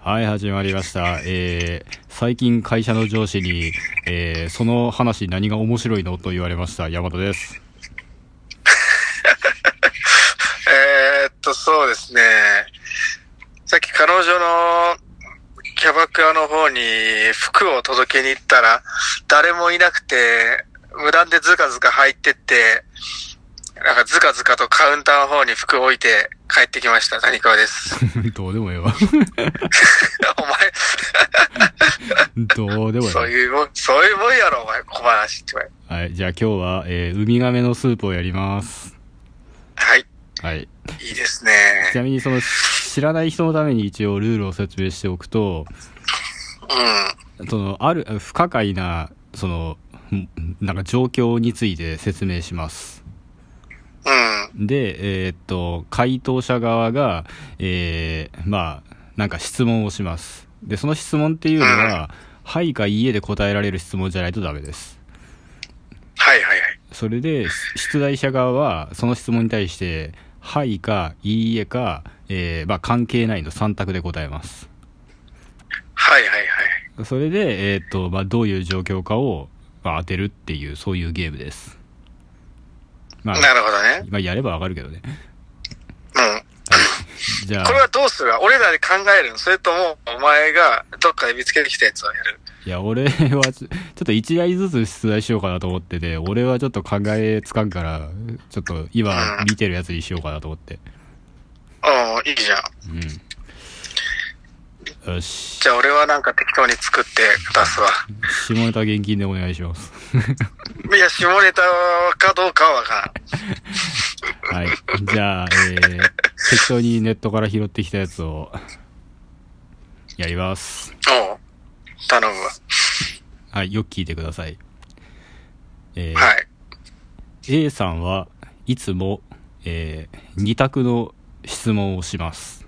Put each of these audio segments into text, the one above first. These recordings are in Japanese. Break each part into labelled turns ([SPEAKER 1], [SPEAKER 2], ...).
[SPEAKER 1] はい、始まりました。えー、最近会社の上司に、えー、その話何が面白いのと言われました。山田です。
[SPEAKER 2] えーっと、そうですね。さっき彼女のキャバクラの方に服を届けに行ったら、誰もいなくて、無断でずかずか入ってって、なんかずかずかとカウンターの方に服を置いて帰ってきました。谷川です。
[SPEAKER 1] どうでもええわ。 どうでもえ
[SPEAKER 2] お前、そういうもん、そういうもんやろ、お前、小話ってお前。
[SPEAKER 1] えわ。はい、じゃあ今日は、えー、ウミガメのスープをやります。
[SPEAKER 2] はい、
[SPEAKER 1] はい。
[SPEAKER 2] いいですね。
[SPEAKER 1] ちなみにその、知らない人のために一応ルールを説明しておくと、
[SPEAKER 2] う
[SPEAKER 1] その、ある、不可解な、その、んなんか状況について説明します。
[SPEAKER 2] ん、うん、
[SPEAKER 1] で、えーっと、回答者側が、えー、まあ、なんか質問をします。で、その質問っていうのは、はいかいいえで答えられる質問じゃないとダメです。
[SPEAKER 2] はいはいはい。
[SPEAKER 1] それで、し出題者側は、その質問に対して、はいか、いいえか、えー、まあ、関係ないの3択で答えます。
[SPEAKER 2] はいはいはい。
[SPEAKER 1] それで、えーっと、まあ、どういう状況かを、まあ、当てるっていう、そういうゲームです。まあ、
[SPEAKER 2] なるほどね。
[SPEAKER 1] まあ、やればわかるけどね。
[SPEAKER 2] うん。
[SPEAKER 1] じゃあ
[SPEAKER 2] これ、はどうする俺らで考えるのそれとも、お前がどっかで見つけてきたやつをやる
[SPEAKER 1] いや、俺はちょ、ちょっと一台ずつ出題しようかなと思ってて、俺はちょっと考えつかんから、ちょっと今見てるやつにしようかなと思って。
[SPEAKER 2] うん、いいじゃん。
[SPEAKER 1] うん。よし。
[SPEAKER 2] じゃあ俺はなんか適当に作って出すわ。
[SPEAKER 1] 下ネタ現金でお願いします。
[SPEAKER 2] いや、下ネタかどうかはわから
[SPEAKER 1] は
[SPEAKER 2] ん。
[SPEAKER 1] い。じゃあ、えー、適当にネットから拾ってきたやつを、やります。
[SPEAKER 2] おう頼むわ。
[SPEAKER 1] はい、よく聞いてください。えー
[SPEAKER 2] はい。
[SPEAKER 1] A さんはいつも、えー、二択の質問をします。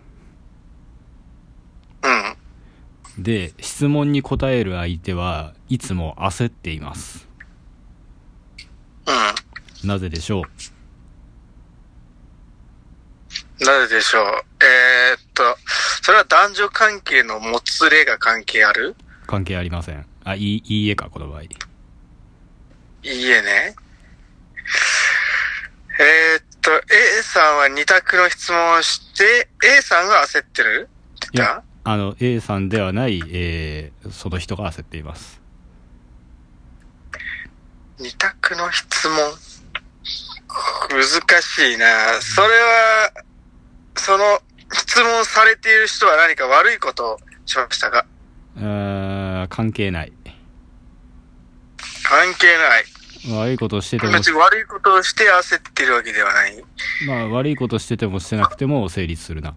[SPEAKER 2] うん。
[SPEAKER 1] で質問に答える相手はいつも焦っています
[SPEAKER 2] う。
[SPEAKER 1] なぜでしょうん
[SPEAKER 2] なぜでしょう。えー、っと、それは男女関係のもつれが関係ある
[SPEAKER 1] 関係ありませんあいいいいえかこの場合
[SPEAKER 2] いいえね。えー、っと、A さんは二択の質問をして、A さんが焦ってるって言った
[SPEAKER 1] あの A さんではない、えー、その人が焦っています
[SPEAKER 2] 二択の質問。難しいなそれは、その質問されている人は何か悪いことをしましたか
[SPEAKER 1] あー関係ない
[SPEAKER 2] 関係ない。
[SPEAKER 1] 悪いこと してても、
[SPEAKER 2] 別に悪いことをして焦ってるわけではない。う
[SPEAKER 1] まあ、悪いことしててもしてなくても成立するな、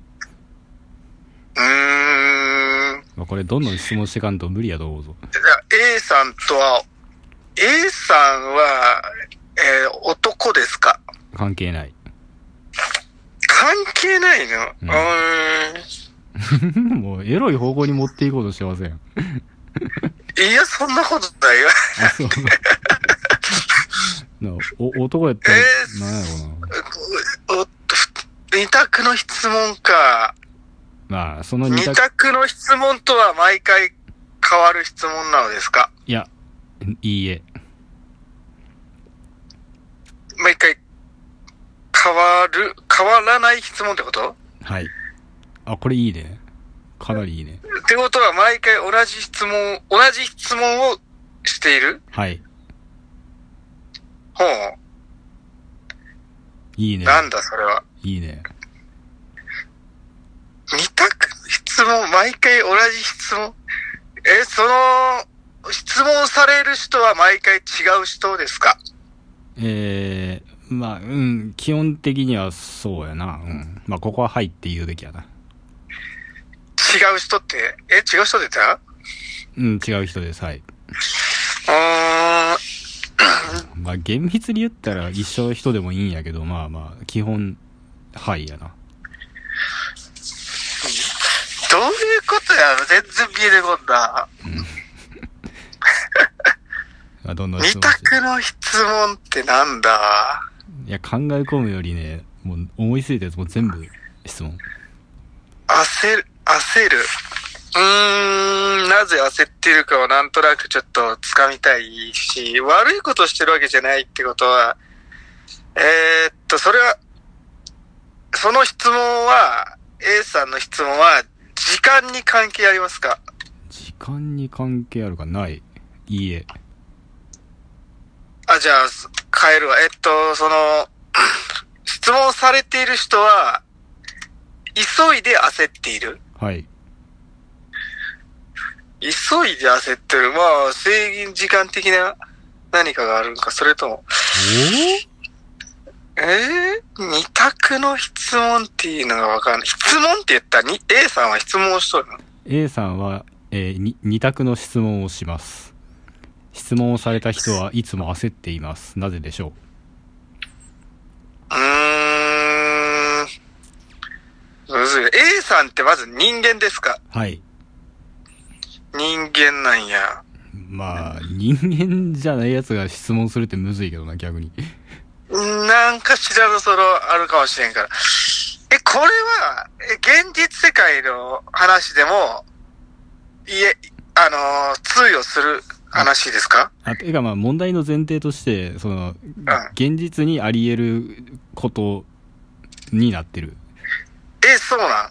[SPEAKER 2] ーん。
[SPEAKER 1] まあ、これどんどん質問してかんと無理やと思うぞ
[SPEAKER 2] じゃあ A さんとは、A さんは、えー男ですか
[SPEAKER 1] 関係ない
[SPEAKER 2] 関係ないの
[SPEAKER 1] う
[SPEAKER 2] うんん。ーん
[SPEAKER 1] もうエロい方向に持っていこうとしてません
[SPEAKER 2] いや、そんなことないよ。
[SPEAKER 1] あそうなお男やったら
[SPEAKER 2] え
[SPEAKER 1] なんやろうな
[SPEAKER 2] お二択の質問か。
[SPEAKER 1] まあ、その二
[SPEAKER 2] 二
[SPEAKER 1] 択、
[SPEAKER 2] 択の質問とは毎回変わる質問なのですか
[SPEAKER 1] いや、いいえ。
[SPEAKER 2] 毎回変わる、変わらない質問ってこと
[SPEAKER 1] はい。あ、これいいね。かなりいいね。
[SPEAKER 2] ってことは毎回同じ質問、同じ質問をしている
[SPEAKER 1] はい。
[SPEAKER 2] ほう。
[SPEAKER 1] いいね。
[SPEAKER 2] なんだそれは。
[SPEAKER 1] いいね。
[SPEAKER 2] 二択の質問、毎回同じ質問え、その、質問される人は毎回違う人ですか
[SPEAKER 1] えー、まあ、うん、基本的にはそうやな。うん。まあ、ここははいって言うべきやな。
[SPEAKER 2] 違う人って、え、違う人出た
[SPEAKER 1] うん、違う人です。はい。
[SPEAKER 2] うーん、
[SPEAKER 1] まあ、厳密に言ったら一緒の人でもいいんやけど、まあまあ、基本、はいやな。
[SPEAKER 2] どういうことやろ全然見えてこんな。
[SPEAKER 1] まあ、どんどん
[SPEAKER 2] 二
[SPEAKER 1] 問して
[SPEAKER 2] 択の質問ってなんだ
[SPEAKER 1] いや、考え込むよりね、もう思いついたやつも全部質問。
[SPEAKER 2] 焦る、焦る。うーん、なぜ焦ってるかをなんとなくちょっと掴みたいし、悪いことしてるわけじゃないってことは、えーっと、それは、その質問は、A さんの質問は、時間に関係ありますか
[SPEAKER 1] 時間に関係あるかない。いいえ。
[SPEAKER 2] あ、じゃあ、す変えるわ。えっと、その、 質問されている人は、急いで焦っている。
[SPEAKER 1] はい。
[SPEAKER 2] 急いで焦ってる。まあ、制限時間的な何かがあるんか、それとも。ええ二択の質問っていうのがわかんない。質問って言ったら、に A さんは質問をしとるの
[SPEAKER 1] A さんは、えーに二択の質問をします。質問をされた人はいつも焦っています。なぜでしょ
[SPEAKER 2] うーん。むずい。A さんってまず人間ですか
[SPEAKER 1] うはい。
[SPEAKER 2] 人間なんや。
[SPEAKER 1] まあ、 人間じゃないやつが質問するってむずいけどな、逆に。
[SPEAKER 2] なんかしらのその、あるかもしれんから。え、これは、え現実世界の話でも、いえ、あのー通用する話ですか
[SPEAKER 1] あ、てかまあ問題の前提として、その、
[SPEAKER 2] ん
[SPEAKER 1] 現実にあり得ることになってる。
[SPEAKER 2] え、そうな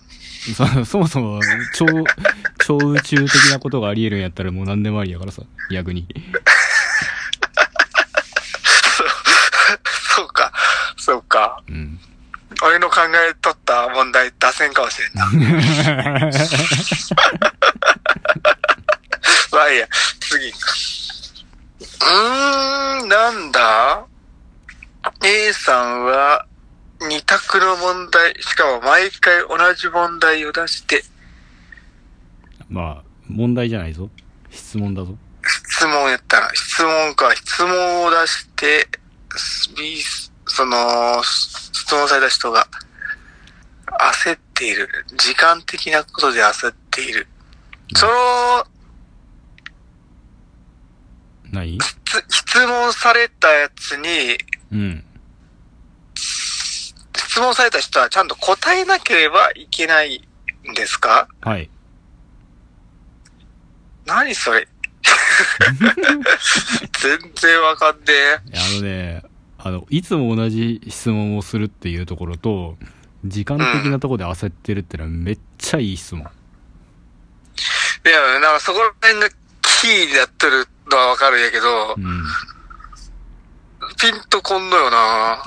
[SPEAKER 1] そ
[SPEAKER 2] ん
[SPEAKER 1] そもそも超、 超宇宙的なことがあり得るんやったらもう何でもありやからさ、逆に。
[SPEAKER 2] そうそうか、そうか。
[SPEAKER 1] うん。
[SPEAKER 2] 俺の考えとった問題出せんかもしれんな。まあいいや、次。うーん、なんだ ?A さんは、二択の問題、しかも毎回同じ問題を出して、
[SPEAKER 1] まあ、問題じゃないぞ。質問だぞ。
[SPEAKER 2] 質問やったら、質問か、質問を出して、す B、その、す質問された人が、焦っている。時間的なことで焦っている。その、
[SPEAKER 1] 何
[SPEAKER 2] つ質問されたやつに、
[SPEAKER 1] うん。
[SPEAKER 2] 質問された人はちゃんと答えなければいけないんですか
[SPEAKER 1] はい。
[SPEAKER 2] 何それ全然わかんね
[SPEAKER 1] あのね、あの、いつも同じ質問をするっていうところと、時間的なところで焦ってるってのはめっちゃいい質問。
[SPEAKER 2] え。いや、なんかそこら辺がキーになってるのはわかるんやけど
[SPEAKER 1] う、ん。
[SPEAKER 2] ピンとこんのよな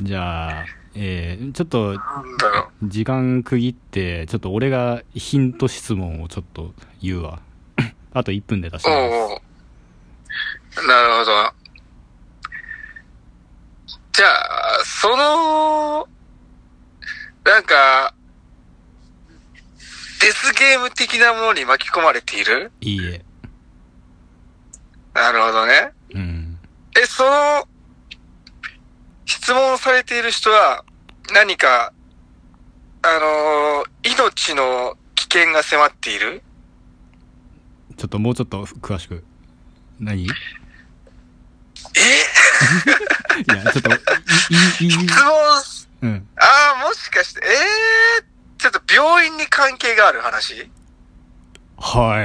[SPEAKER 1] じゃあ、えー、ちょっと、
[SPEAKER 2] なんだろ
[SPEAKER 1] 時間区切って、ちょっと俺がヒント質問をちょっと言うわ。あと1分で出し
[SPEAKER 2] う。
[SPEAKER 1] ます。
[SPEAKER 2] おうおう。なるほど。じゃあ、その、なんか、デスゲーム的なものに巻き込まれている
[SPEAKER 1] いいえ。
[SPEAKER 2] なるほどね。
[SPEAKER 1] うん。
[SPEAKER 2] え、その、質問されている人は、何か、あのー命の危険が迫っている
[SPEAKER 1] ちょっともうちょっと詳しく。何い
[SPEAKER 2] え
[SPEAKER 1] や、ちょっと、いい、いい、いい
[SPEAKER 2] 質
[SPEAKER 1] う
[SPEAKER 2] 問、
[SPEAKER 1] ん。
[SPEAKER 2] ああ、もしかして、ええちょっと病院に関係がある話
[SPEAKER 1] は
[SPEAKER 2] あ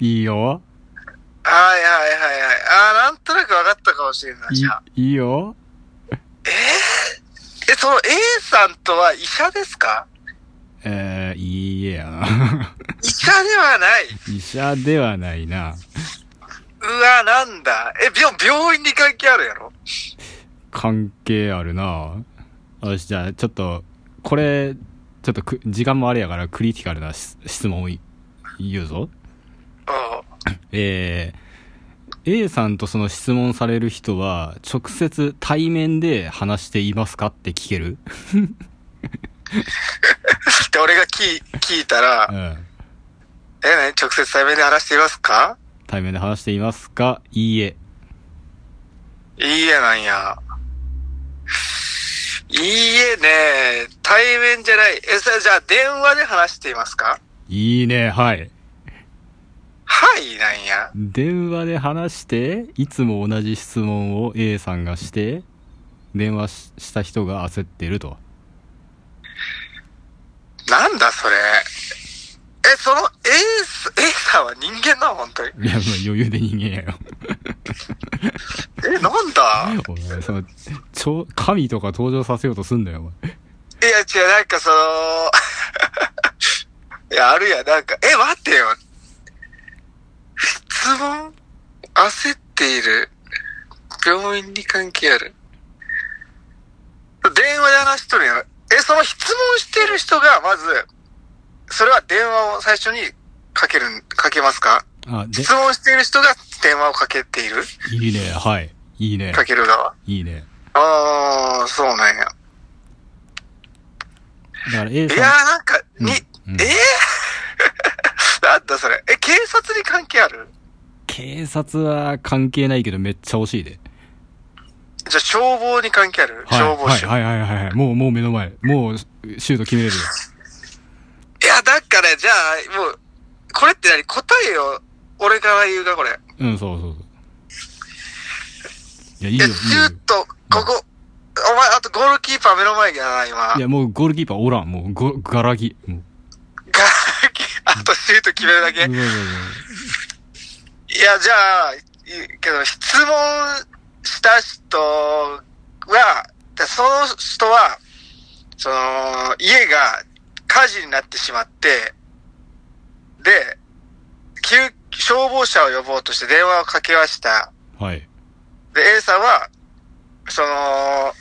[SPEAKER 1] い。いいよ。
[SPEAKER 2] あ、はいはいはいはい。ああ、なんとなく分かったかもしれない。じゃあ
[SPEAKER 1] いい、いいよ。
[SPEAKER 2] え、その A さんとは医者ですか
[SPEAKER 1] えー、いいえやな。
[SPEAKER 2] 医者ではない。
[SPEAKER 1] 医者ではないな。
[SPEAKER 2] うわ、なんだ。え、病、病院に関係あるやろ
[SPEAKER 1] 関係あるな。よし、じゃあ、ちょっと、これ、ちょっとく、時間もあれやから、クリティカルな質質問をい言うぞ。
[SPEAKER 2] おう
[SPEAKER 1] えー、A さんとその質問される人は、直接対面で話していますかって聞ける
[SPEAKER 2] で、俺が聞い聞いた
[SPEAKER 1] う
[SPEAKER 2] ら、
[SPEAKER 1] ん。
[SPEAKER 2] え、何直接対面で話していますか
[SPEAKER 1] 対面で話していますかいいえ。
[SPEAKER 2] いいえなんや。いいえね対面じゃない。え、それじゃあ電話で話していますか
[SPEAKER 1] いいね、はい。
[SPEAKER 2] はいなんや。
[SPEAKER 1] 電話で話して、いつも同じ質問を A さんがして、電話しした人が焦ってると。
[SPEAKER 2] なんそれ。え、その A、A さんは人間なの本当に。
[SPEAKER 1] いや、もう余裕で人間やよ。
[SPEAKER 2] え、なんだ
[SPEAKER 1] お前、その、超、神とか登場させようとすんだよ、お前。
[SPEAKER 2] いや、違う、なんかその、 いや、あるやん、なんか、え、待ってよ。質問焦っている。病院に関係ある。電話で話しとるやん。え、その質問してる人が、まず、それは電話を最初にかけるん、かけますか
[SPEAKER 1] あ、で
[SPEAKER 2] 質、問している人が電話をかけている
[SPEAKER 1] いいね、はい。いいね
[SPEAKER 2] か、ける側。
[SPEAKER 1] いいね。
[SPEAKER 2] ああ、そうなんや。
[SPEAKER 1] だから A
[SPEAKER 2] いや
[SPEAKER 1] さ
[SPEAKER 2] ーなんか、
[SPEAKER 1] うん
[SPEAKER 2] に、
[SPEAKER 1] うん
[SPEAKER 2] えー、 なんだそれ。え、警察に関係ある
[SPEAKER 1] ん、警察は関係ないけどめっちゃ惜しいで。
[SPEAKER 2] じゃあ消防に関係ある、
[SPEAKER 1] はい、
[SPEAKER 2] 消防士。
[SPEAKER 1] はい、はい、はいはいはい。もう、もう目の前。もう、シュート決めれるよ。
[SPEAKER 2] いや、だから、じゃあ、もう、これって何答えを、俺から言うか、これ。
[SPEAKER 1] うん、そうそうそう。いや、いい
[SPEAKER 2] い
[SPEAKER 1] よ、
[SPEAKER 2] や、
[SPEAKER 1] いい
[SPEAKER 2] シ
[SPEAKER 1] よ。
[SPEAKER 2] ュート、ここ、お前、あとゴールキーパー目の前にやな、今。
[SPEAKER 1] いや、もうゴールキーパーおらん。もう、ごガラギ。もう。
[SPEAKER 2] ガーキあとシュート決めるだけ。
[SPEAKER 1] うわうわうわ
[SPEAKER 2] いや、じゃあ、いけど、質問した人は、でその人は、その、家が火事になってしまって、で、救、消防車を呼ぼうとして電話をかけました。
[SPEAKER 1] はい。
[SPEAKER 2] で、A さんは、その、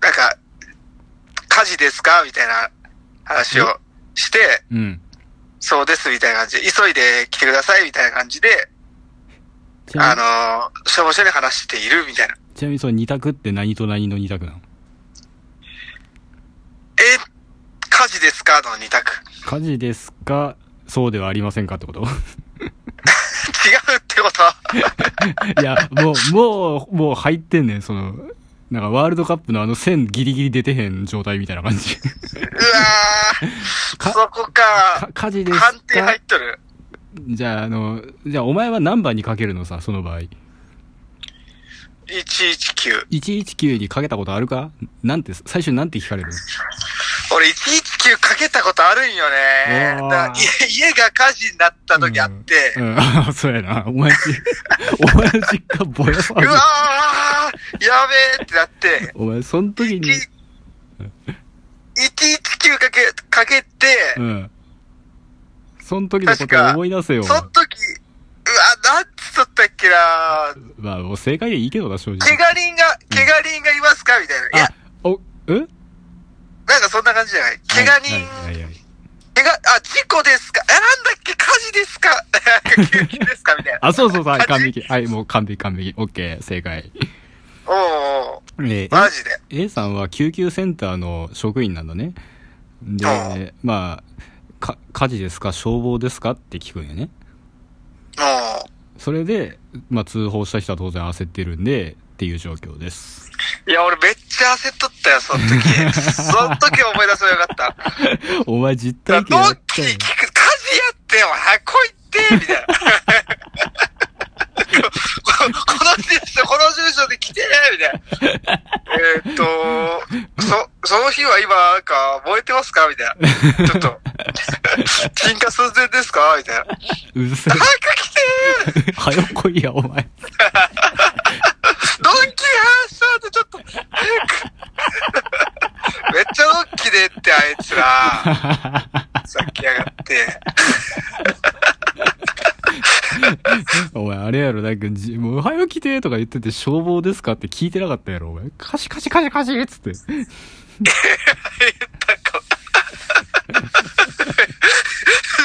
[SPEAKER 2] なんか、火事ですかみたいな話をして、
[SPEAKER 1] うん。
[SPEAKER 2] そうです、みたいな感じで、急いで来てください、みたいな感じで、
[SPEAKER 1] ちなみに、
[SPEAKER 2] あのー、消防署に話しているみたいな。
[SPEAKER 1] ちなみにその二択って何と何の二択なの
[SPEAKER 2] え、火事ですかの二択。
[SPEAKER 1] 火事ですかそうではありませんかってこと
[SPEAKER 2] 違うってことは
[SPEAKER 1] いや、もう、もう、もう入ってんねん、その、なんかワールドカップのあの線ギリギリ出てへん状態みたいな感じ。
[SPEAKER 2] うわ
[SPEAKER 1] か
[SPEAKER 2] ー、そこか
[SPEAKER 1] か。火事です
[SPEAKER 2] 判定入
[SPEAKER 1] か
[SPEAKER 2] っとる。
[SPEAKER 1] じゃあ、あの、じゃあお前は何番にかけるのさ、その場合。
[SPEAKER 2] 119。
[SPEAKER 1] 119にかけたことあるかなんて、最初になんて聞かれる
[SPEAKER 2] 俺119かけたことあるんよね
[SPEAKER 1] う。わー
[SPEAKER 2] だから家家が火事になった時あって、
[SPEAKER 1] うん、あそうやな。お前んち、お前の実家ぼやさ
[SPEAKER 2] う
[SPEAKER 1] れる
[SPEAKER 2] わー、やべーってなって、
[SPEAKER 1] お前、その時に、
[SPEAKER 2] 1 119かけ、かけて、
[SPEAKER 1] うん。その時のことを思い出せよ。
[SPEAKER 2] その時、うわ、なんつっとったっけな
[SPEAKER 1] まあ、もう正解でいいけどな、正直。
[SPEAKER 2] 怪我人が、怪我人がいますかみたいな。いや
[SPEAKER 1] あ、、お、え
[SPEAKER 2] なんかそんな感じじゃない。怪我人、
[SPEAKER 1] はいはいはいはい
[SPEAKER 2] 怪我、あ、事故ですかえ、なんだっけ火事ですか なんか救急ですかみたいな。
[SPEAKER 1] あ、そうそうそう、はい、
[SPEAKER 2] 感
[SPEAKER 1] 完
[SPEAKER 2] じ
[SPEAKER 1] 璧。はい、もう完璧完璧。オッケー、正解。
[SPEAKER 2] おうおう
[SPEAKER 1] えー
[SPEAKER 2] マジで。
[SPEAKER 1] A さんは救急センターの職員なんだね。で、まあ、か、火事ですか消防ですかって聞くんよね。
[SPEAKER 2] おう
[SPEAKER 1] それで、まあ通報した人は当然焦ってるんで、っていう状況です。
[SPEAKER 2] いや、俺めっちゃ焦っとったよ、その時。その時思い出せばよかった。
[SPEAKER 1] お前実体
[SPEAKER 2] ドッ
[SPEAKER 1] 験やった
[SPEAKER 2] キ
[SPEAKER 1] よ
[SPEAKER 2] ー聞く、火事やってよ、早く来いって、みたいな。このこの住所、この住所で来てね、みたいな。えーっと、そ、その日は今、なんか、燃えてますかみたいな。ちょっと、鎮火寸前ですかみたいな。
[SPEAKER 1] うる さい。
[SPEAKER 2] 早く来てー
[SPEAKER 1] はよこいや、お前。
[SPEAKER 2] ドンキー発車でちょっと、早く。めっちゃドンキでって、あいつら。さっきやがって。
[SPEAKER 1] お前、あれやろ、なんかじ、もう、はよ来てとか言ってて、消防ですかって聞いてなかったやろ、お前。カシカシカシカシっつって。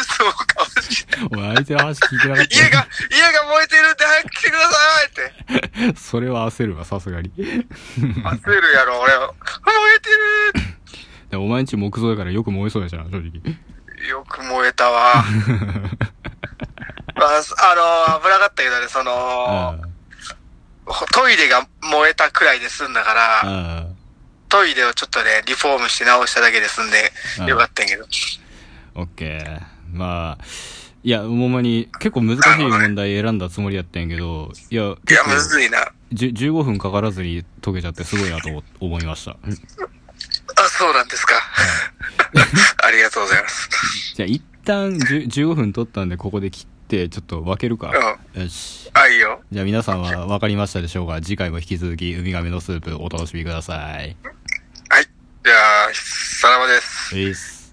[SPEAKER 2] そうかもしれない。
[SPEAKER 1] お前、相手の話聞いてなかった
[SPEAKER 2] 家が、家が燃えてるんで早く来てくだ さ
[SPEAKER 1] それは焦るわ、さすがに。
[SPEAKER 2] いって。焦るやろ、俺は。燃えて
[SPEAKER 1] でお前んち木造だからよく燃えそうやじゃん、正直。
[SPEAKER 2] るよく燃えた わ。まあ、あの、危なかったけどね、そ
[SPEAKER 1] あ
[SPEAKER 2] の、トイレが燃えたくらいで済んだ
[SPEAKER 1] あ
[SPEAKER 2] から、
[SPEAKER 1] あ
[SPEAKER 2] トイレをちょっとね、リフォームして直しただけで済ん
[SPEAKER 1] うん
[SPEAKER 2] で、よかったんやけど。
[SPEAKER 1] あ、オッケー。まあ、いや、ほんまに、結構難しい問題選んだつもりやったんやけど、いや、
[SPEAKER 2] い
[SPEAKER 1] 結
[SPEAKER 2] や、
[SPEAKER 1] 構
[SPEAKER 2] むずいな。
[SPEAKER 1] じゅ15分かからずに解けちゃってすごいなと思思いました。
[SPEAKER 2] あ、そうなんですか。ありりがとうございます。
[SPEAKER 1] じゃあ一旦じゅ15分取ったんでここで切ってちょっと分けるか。よし。
[SPEAKER 2] あ、いいよ。
[SPEAKER 1] じゃあ皆さんは分かりましたでしょうか次回も引き続きウミガメのスープお楽しみください。
[SPEAKER 2] はい。じゃあ、さらばです。
[SPEAKER 1] です。